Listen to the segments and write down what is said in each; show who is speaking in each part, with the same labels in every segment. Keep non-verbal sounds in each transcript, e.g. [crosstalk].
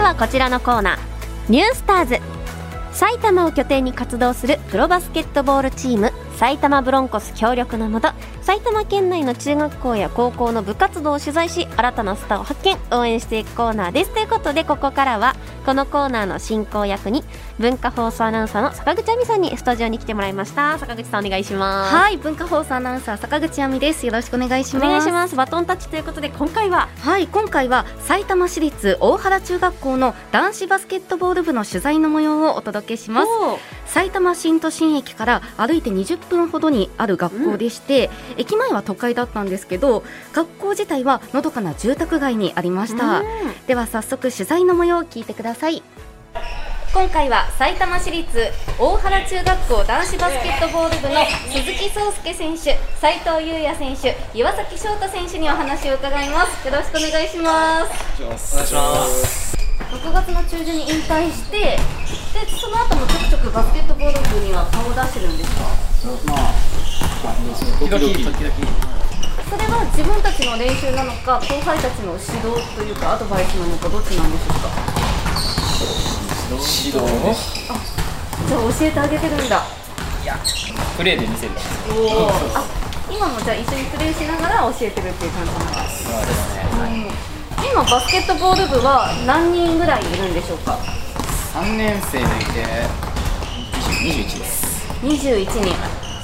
Speaker 1: はこちらのコーナーニュースターズ埼玉を拠点に活動するプロバスケットボールチーム埼玉ブロンコス協力のもと埼玉県内の中学校や高校の部活動を取材し新たなスターを発見応援していくコーナーですということでここからはこのコーナーの進行役に文化放送アナウンサーの坂口亜美さんにスタジオに来てもらいました坂口さんお願いします
Speaker 2: はい文化放送アナウンサー坂口亜美ですよろしくお願いし
Speaker 1: お
Speaker 2: ます
Speaker 1: 願いしますバトンタッチということで今回は
Speaker 2: はい今回は埼玉市立大原中学校の男子バスケットボール部の取材の模様をお届けします
Speaker 1: おー
Speaker 2: 埼玉新都心駅から歩いて20分ほどにある学校でして、駅前は都会だったんですけど学校自体はのどかな住宅街にありました、
Speaker 1: うん
Speaker 2: では早速取材の模様を聞いてください今回は埼玉市立大原中学校男子バスケットボール部の鈴木壮介選手斉藤優也選手岩崎翔太選手にお話を伺いますよろしくお願いします
Speaker 3: お願いします。
Speaker 2: 6月の中旬に引退してでその後もちょくちょくバスケットボール部には顔を出してるんですか
Speaker 3: まあ、時々、時々。
Speaker 2: それは自分たちの練習なのか後輩たちの指導というかアドバイスなのかどっちなんでしょうか
Speaker 3: 指導
Speaker 2: じゃあ教えてあげてるんだ
Speaker 3: いや、プレーで見せる。
Speaker 2: おあ今もじゃあ一緒にプレーしながら教えてるっていう感じなんです
Speaker 3: そうですね。
Speaker 2: 今バスケットボール部は何人ぐらいいるんでしょうか
Speaker 3: 三年生でいて、二十一です。
Speaker 2: 21人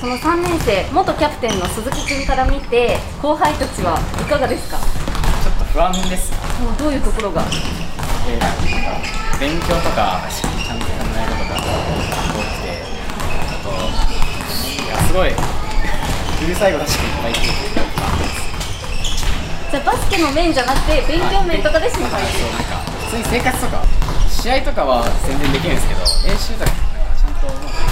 Speaker 2: その3年生元キャプテンの鈴木君から見て後輩たちはいかがですか
Speaker 3: ちょっと不安です。
Speaker 2: もうどういうところが
Speaker 3: えーなんか勉強とか、ちゃんと考えることが多くて、あと、いや、すごい、うるさい子たちがいっぱいいて、
Speaker 2: じゃあバスケの面じゃなくて勉強面とかで心配
Speaker 3: そう、なんか、普通に生活とか、試合とかは全然できるんですけど、練習とか、なんかちゃんとうまく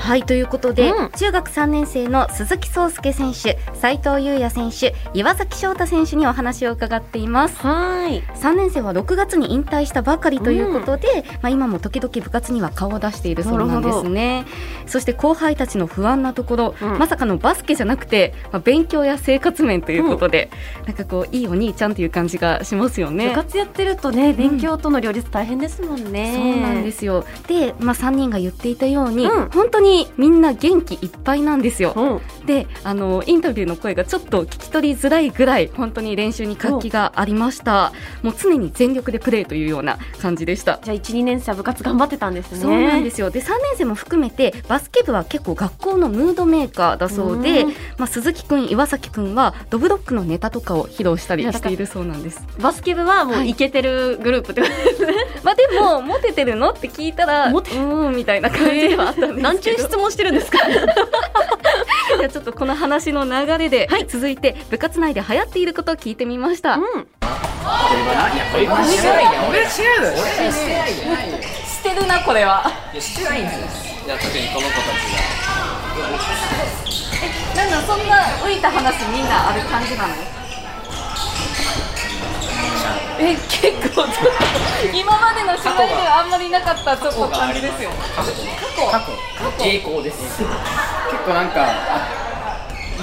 Speaker 2: はいということで、
Speaker 1: うん
Speaker 2: 中学3年生の鈴木壮介選手斉藤優也選手岩崎翔太選手にお話を伺っています
Speaker 1: はーい
Speaker 2: 3年生は6月に引退したばかりということで、まあ、今も時々部活には顔を出しているそうなんですねそして後輩たちの不安なところ、
Speaker 1: うん
Speaker 2: まさかのバスケじゃなくて、まあ、勉強や生活面ということで、なんかこういいお兄ちゃんという感じがしますよね
Speaker 1: 部。活やってるとね勉強との両立大変ですもんね、
Speaker 2: そうなんですすよで、まあ、3人が言っていたように、
Speaker 1: うん
Speaker 2: 本当にみんな元気いっぱいなんですよ。
Speaker 1: うん
Speaker 2: であのインタビューの声がちょっと聞き取りづらいぐらい本当に練習に活気がありましたもう常に全力でプレーというような感じでした。
Speaker 1: じゃあ1、2年生は部活頑張ってたんですね。
Speaker 2: そうなんですよで3年生も含めてバスケ部は結構学校のムードメーカーだそうで
Speaker 1: うん
Speaker 2: まあ、鈴木くん岩崎くんはドブロックのネタとかを披露したりしているそうなんです
Speaker 1: バスケ部はも
Speaker 2: は
Speaker 1: う
Speaker 2: い
Speaker 1: イケてるグループってことですね。
Speaker 2: [laughs] まあでもモテてるのって聞いた [laughs] らう
Speaker 1: モテ
Speaker 2: ーんみたいな感じではあったんですけど、
Speaker 1: 何ちゅう質問してるんです
Speaker 2: [laughs]
Speaker 1: か
Speaker 2: じゃあちょっとこの話の流れで、
Speaker 1: はい
Speaker 2: 続いて部活内で流行っていることを聞いてみました、 [laughs]
Speaker 1: うん。
Speaker 3: いや、これはしてないよ。俺はしてないよ。俺はしてないよ。
Speaker 2: してるなこれはい
Speaker 3: や、してないんですよ。いや、特にこの子たちが。
Speaker 2: えなんだそんな浮いた話みんなある感じなのえ結構今までの芝居ではあんまりなかったちょっと感じですよ
Speaker 3: 過去
Speaker 2: 過
Speaker 3: 過去栄光です結構なんかあ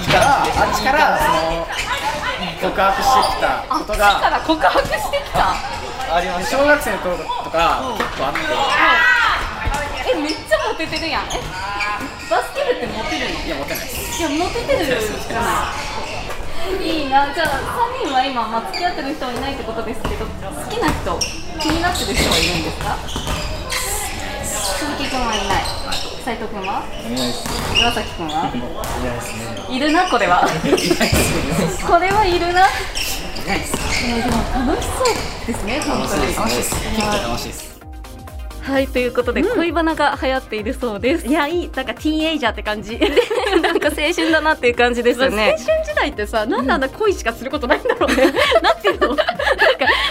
Speaker 3: いいからあっちからその告白してきた
Speaker 2: あ
Speaker 3: こ
Speaker 2: っ
Speaker 3: と
Speaker 2: ちか
Speaker 3: が
Speaker 2: ら告白してきた
Speaker 3: あります小学生の頃とか結構あって
Speaker 2: えめっちゃモテてるやんえバスケ部ってモテるの
Speaker 3: いやモテないです
Speaker 2: いや、モテてるじゃない。いいな、じゃあ、3人は今、まあ、付き合ってる人はいないってことですけど、好きな人、気になってる人はいるんですか鈴木君はいない。斉藤君はい
Speaker 3: ないです
Speaker 2: 岩崎君はい
Speaker 3: ないですね
Speaker 2: いるな、これは。これはいるな。
Speaker 3: いないです
Speaker 2: いや、でも楽しそうですね、本当に。
Speaker 3: 楽しいです結構楽しいです
Speaker 2: はい、ということで、恋バナが流行っているそうです。
Speaker 1: いや、いい、なんかティーンエイジャーって感じ。
Speaker 2: なんか青春だなっていう感じです
Speaker 1: まあ
Speaker 2: よ
Speaker 1: [laughs] 青春
Speaker 2: ね。
Speaker 1: 時代ってさ、なんであんな恋しかすることないんだろうね。 [laughs] なんていうのなんか、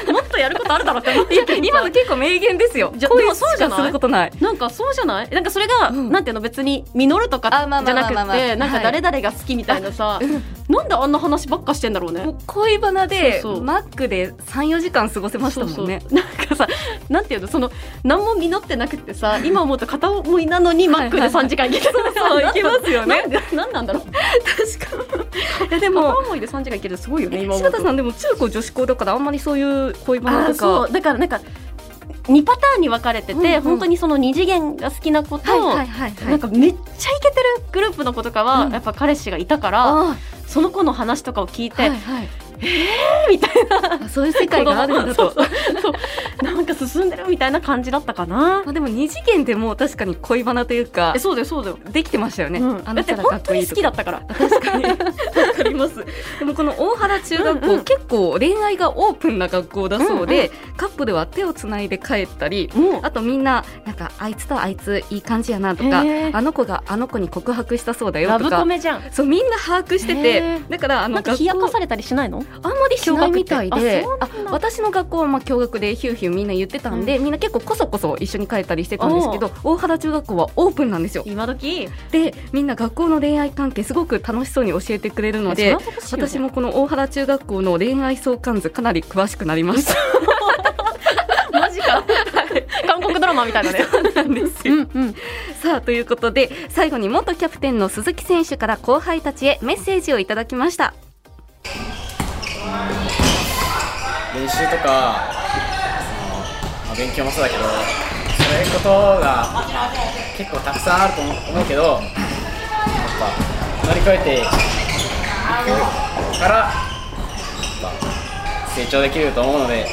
Speaker 1: もっとやることあるだろうって思って [laughs] たけどさ
Speaker 2: 今の結構名言ですよ。
Speaker 1: じゃで
Speaker 2: 恋
Speaker 1: も
Speaker 2: し
Speaker 1: そうじゃな
Speaker 2: か
Speaker 1: い
Speaker 2: することない。
Speaker 1: なんかそうじゃないなんかそれが、
Speaker 2: ん
Speaker 1: なんていうの別に実るとか
Speaker 2: あまあまあ
Speaker 1: じゃな
Speaker 2: まあまあ
Speaker 1: く
Speaker 2: まあ
Speaker 1: てなん
Speaker 2: は
Speaker 1: か
Speaker 2: い
Speaker 1: 誰々が好きみたいなさ、なんであんな話ばっかしてんだろうね
Speaker 2: もう恋バナで
Speaker 1: そうそう
Speaker 2: マックで34時間過ごせましたもんね
Speaker 1: そうそう [laughs] なんかさなんていうのその何も実ってなくてさ今思うと片思いなのにマックで3時間行けたそう
Speaker 2: そう行けますよね
Speaker 1: なんでなんなんだろう
Speaker 2: いやで
Speaker 1: 片
Speaker 2: も
Speaker 1: 思いで3時間行けるってすごいよね今思
Speaker 2: 柴
Speaker 1: う
Speaker 2: 田
Speaker 1: と
Speaker 2: さんでも中高女子校だからあんまりそういう恋バナ
Speaker 1: あ
Speaker 2: と
Speaker 1: そ
Speaker 2: か
Speaker 1: うだからなんか2パターンに分かれてて、
Speaker 2: うんうん
Speaker 1: 本当にその2次元が好きな子と、
Speaker 2: いはいは
Speaker 1: なんかめっちゃイケてるグループの子とかは、
Speaker 2: うん
Speaker 1: やっぱ彼氏がいたから
Speaker 2: あ
Speaker 1: その子の話とかを聞いて、
Speaker 2: はいはいえみたいなそういう世界があるんだ
Speaker 1: そう
Speaker 2: と
Speaker 1: そうなんか進んでるみたいな感じだったかな
Speaker 2: まあでも二次元でも確かに恋バナというか
Speaker 1: えそうだよそうだよ、
Speaker 2: できてましたよね、
Speaker 1: うん、だ
Speaker 2: あの
Speaker 1: って
Speaker 2: 人らか
Speaker 1: 本
Speaker 2: っこ
Speaker 1: 当
Speaker 2: い
Speaker 1: に
Speaker 2: い
Speaker 1: 好
Speaker 2: と
Speaker 1: き
Speaker 2: か
Speaker 1: だったから
Speaker 2: 確かにわかりますでもこの大原中学校、
Speaker 1: うんうん
Speaker 2: 結構恋愛がオープンな学校だそうで、カップルは手をつないで帰ったり
Speaker 1: もう
Speaker 2: あとみんななんかあいつとあいついい感じやなとか
Speaker 1: へー
Speaker 2: あの子があの子に告白したそうだよ
Speaker 1: ラ
Speaker 2: と
Speaker 1: ブコ
Speaker 2: か
Speaker 1: メじゃん
Speaker 2: そうみんな把握して
Speaker 1: へ
Speaker 2: て
Speaker 1: ー
Speaker 2: だからあ
Speaker 1: な
Speaker 2: の
Speaker 1: んか冷やか
Speaker 2: 学校
Speaker 1: されたりしないの
Speaker 2: あんまりしないみたいで
Speaker 1: 驚愕ってあそうなんだ
Speaker 2: あ私の学校はまあ共学でヒューヒューみんな言ってたんで、みんな結構こそこそ一緒に帰ったりしてたんですけど大原中学校はオープンなんですよ
Speaker 1: 今時
Speaker 2: でみんな学校の恋愛関係すごく楽しそうに教えてくれるの
Speaker 1: い
Speaker 2: で
Speaker 1: やそれは欲しいよね
Speaker 2: 私もこの大原中学校の恋愛相関図かなり詳しくなり
Speaker 1: [laughs]
Speaker 2: ました
Speaker 1: マジか [laughs] 韓国ドラマみたいなね
Speaker 2: なんです
Speaker 1: う
Speaker 2: よ
Speaker 1: んうん
Speaker 2: さあということで最後に元キャプテンの鈴木選手から後輩たちへメッセージをいただきました
Speaker 3: 練習とかその、まあ勉強もそうだけどそういうことが結構たくさんあると思思うけどやっぱ乗り越えていくからやっぱ成長できると思うので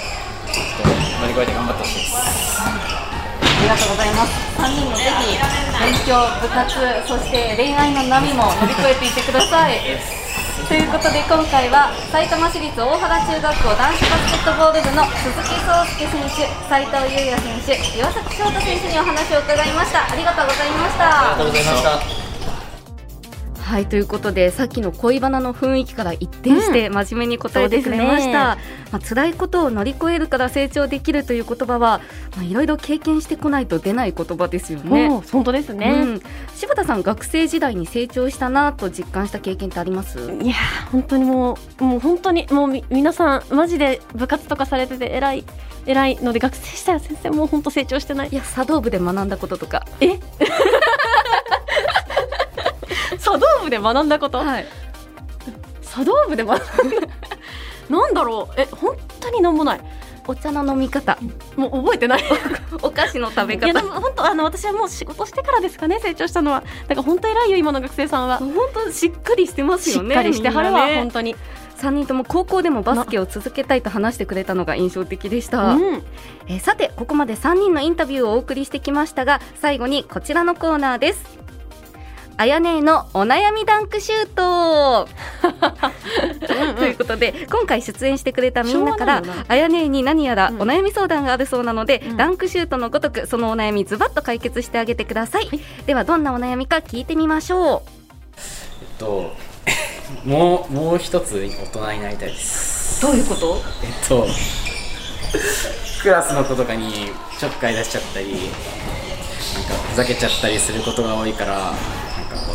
Speaker 3: ちょっと乗り越えて頑張ってほしいです。
Speaker 2: ありがとうございます3人もぜひ勉強部活そして恋愛の波も乗り越えていってくださ [laughs] いということで今回は埼玉市立大原中学校男子バスケットボール部の鈴木壮介選手斉藤優也選手岩崎翔太選手にお話を伺いましたありがとうございました
Speaker 3: とうございました。
Speaker 2: はいということでさっきの恋バナの雰囲気から一転して真面目に答えてくれました、まあ辛いことを乗り越えるから成長できるという言葉はまあいろいろ経験してこないと出ない言葉ですよね。
Speaker 1: もう本当です
Speaker 2: う
Speaker 1: ね、
Speaker 2: ん、柴田さん学生時代に成長したなと実感した経験ってあります、
Speaker 1: いやー本当にもうもう本当にもうみ皆さんマジで部活とかされてて偉い偉いので学生したら先生もう本当成長して
Speaker 2: [laughs]
Speaker 1: ない
Speaker 2: いや茶道部で学んだこととか、
Speaker 1: 茶道部で学んだ [laughs] こと、
Speaker 2: はい、
Speaker 1: 茶道部で学んだなんだろうえ本当になんもない
Speaker 2: お茶の飲み方
Speaker 1: もう覚えてない
Speaker 2: お菓子の食べ
Speaker 1: いやで
Speaker 2: 方
Speaker 1: も本当あの私はもう仕事してからですかね成長したのはだから本当偉いよ今の学生さんは、
Speaker 2: 本当しっかりしてます
Speaker 1: し
Speaker 2: よ
Speaker 1: っ
Speaker 2: ね
Speaker 1: かりしてはる
Speaker 2: みん
Speaker 1: わ、
Speaker 2: なね
Speaker 1: 本当に、
Speaker 2: 三人とも高校でもバスケを続けたいと話してくれたのが印象的でした、
Speaker 1: うん、
Speaker 2: えーさてここまで3人のインタビューをお送りしてきましたが最後にこちらのコーナーですあやねえのお悩みダンクシュート [laughs] ということで今回出演してくれたみんなから
Speaker 1: しょうがないよ
Speaker 2: あやねえに何やらお悩み相談があるそうなので、
Speaker 1: うん
Speaker 2: ダンクシュートのごとくそのお悩みズバッと解決してあげてください、ではどんなお悩みか聞いてみましょ
Speaker 3: えっともうもう一つ大人になりたいです
Speaker 2: うどういうこと
Speaker 3: えっとクラスの子とかにちょっかい出しちゃったりなんかふざけちゃったりすることが多いからなんか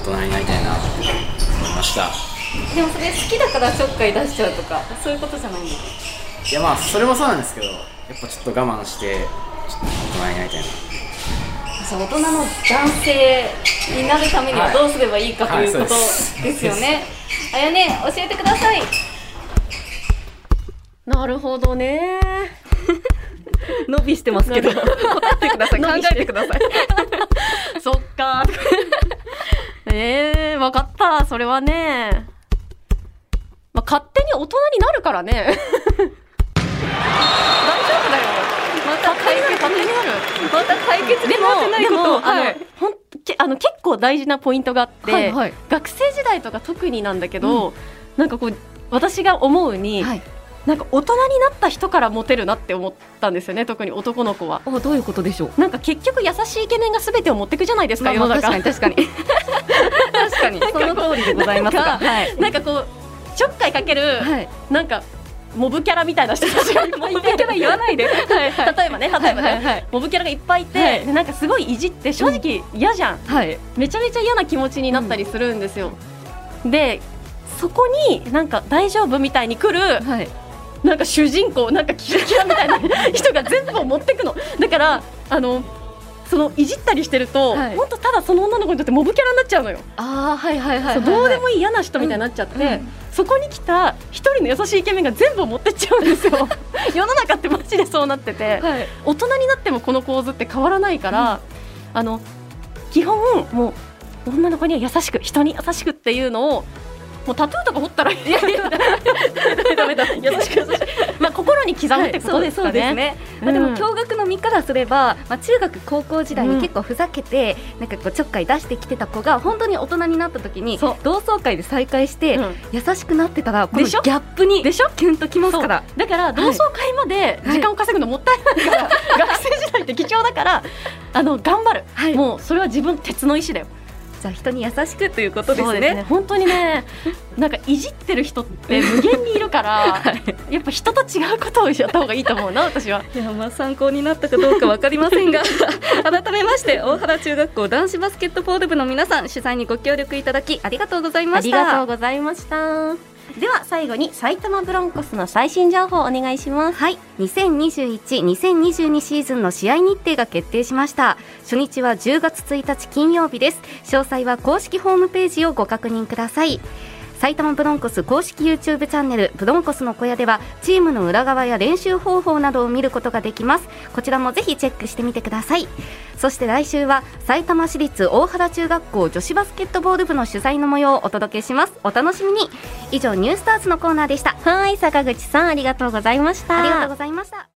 Speaker 3: 大人になりたいなって思いました
Speaker 2: でもそれ好きだからちょっかい出しちゃうとかそういうことじゃないんです
Speaker 3: いやまあそれもそうなんですけどやっぱちょっと我慢してちょっと大人になりた
Speaker 2: じ
Speaker 3: いな
Speaker 2: ゃあ大人の男性になるためにはどうすればいいかと
Speaker 3: はい
Speaker 2: いうこと
Speaker 3: はいそう
Speaker 2: で
Speaker 3: です
Speaker 2: すよね。あやね教えてください。
Speaker 1: なるほどね
Speaker 2: 伸びしてますけど答えてください。考えてください。
Speaker 1: そっか [laughs] えー、わかったそれはね、まあ、勝手に大人になるから
Speaker 2: [laughs]
Speaker 1: ね大丈夫だよ
Speaker 2: また解決
Speaker 1: 勝手になる
Speaker 2: また解決でもない
Speaker 1: で
Speaker 2: こ
Speaker 1: も
Speaker 2: と。
Speaker 1: あのほんけあの結構大事なポイントがあって、
Speaker 2: はいはい
Speaker 1: 学生時代とか特になんだけど、なんかこう私が思うに、
Speaker 2: [laughs] はい。
Speaker 1: なんか大人になった人からモテるなって思ったんですよね特に男の子は。
Speaker 2: おどういうことでしょう。
Speaker 1: なんか結局優しいイケメンがすべてを持ってくじゃないですか、世の
Speaker 2: 確
Speaker 1: 中
Speaker 2: かに確かに確かにその通りでございますが。
Speaker 1: なんか
Speaker 2: [laughs] はい。
Speaker 1: なんかこうちょっかいかける、
Speaker 2: はい。
Speaker 1: なんかモブキャラみたいな人たちがいっぱいいて
Speaker 2: 言わないで。はいはい。
Speaker 1: 例えばね例えばね、
Speaker 2: はいはい。
Speaker 1: モブキャラがいっぱいいて、
Speaker 2: はい
Speaker 1: でなんかすごいいじって正直嫌じゃん
Speaker 2: はい。
Speaker 1: めちゃめちゃ嫌な気持ちになったりするんですよ。でそこになんか大丈夫みたいに来る
Speaker 2: はい、
Speaker 1: なんか主人公なんかキラキラみたいな人が全部を持ってくのだからあのそのいじったりしてると、
Speaker 2: はい
Speaker 1: 本当ただその女の子にとってモブキャラになっちゃうのよ、
Speaker 2: ああはいはいはい
Speaker 1: そうどうでもいい嫌な人みたいになっちゃって、そこに来た一人の優しいイケメンが全部を持ってっちゃうんです
Speaker 2: [laughs]
Speaker 1: よ世の中ってマジでそうなってて
Speaker 2: はいはい
Speaker 1: 大人になってもこの構図って変わらないから、あの基本もう女の子には優しく人に優しくっていうのをもうタトゥーとか彫ったらいいやいやダメだ優しく優しく [laughs] まあ心に刻むってことです
Speaker 2: そ
Speaker 1: か
Speaker 2: うで
Speaker 1: ね、
Speaker 2: すね、まあ、で
Speaker 1: うん
Speaker 2: も共学の身からすれば、まあ、中学高校時代
Speaker 1: うん
Speaker 2: に結構ふざけて、なんかこうちょっかい出してきてた子が本当に大人になった時に
Speaker 1: そ
Speaker 2: 同窓会で再会して、
Speaker 1: うん
Speaker 2: 優しくなってたらこの
Speaker 1: で
Speaker 2: ギ
Speaker 1: しょ
Speaker 2: ャップに
Speaker 1: でしょ
Speaker 2: キュンときます
Speaker 1: そう
Speaker 2: から
Speaker 1: だから同窓会まで時間を稼ぐのもったいないから、学生時代って貴重だからあの頑張る、
Speaker 2: はい
Speaker 1: もうそれは自分鉄の意志だよ
Speaker 2: じゃあ人に優しくということですね
Speaker 1: [laughs] 本当にねなんかいじってる人って無限にい
Speaker 4: [laughs]
Speaker 1: るから、やっぱ人と違うことをやった方がいいと思うな私はい
Speaker 2: やまあ参考になったかどうかわかりませんが [laughs] 改めまして大原中学校男子バスケットボール部の皆さん取材にご協力いただきありがとうございま
Speaker 4: [laughs] あ
Speaker 2: し
Speaker 4: り
Speaker 2: た
Speaker 4: がとうございましたでは最後に埼玉ブロンコスの最新情報をお願いします
Speaker 2: はい、2021-2022シーズンの試合日程が決定しました。初日は10月1日金曜日です。詳細は公式ホームページをご確認ください。埼玉ブロンコス公式 YouTube チャンネル「ブロンコスの小屋」ではチームの裏側や練習方法などを見ることができますこちらもぜひチェックしてみてくださいそして来週は埼玉市立大原中学校女子バスケットボール部の取材の模様をお届けしますお楽しみに以上ニュースターズのコーナーでした
Speaker 4: はい坂口さんありがとうございました
Speaker 2: ありがとうございました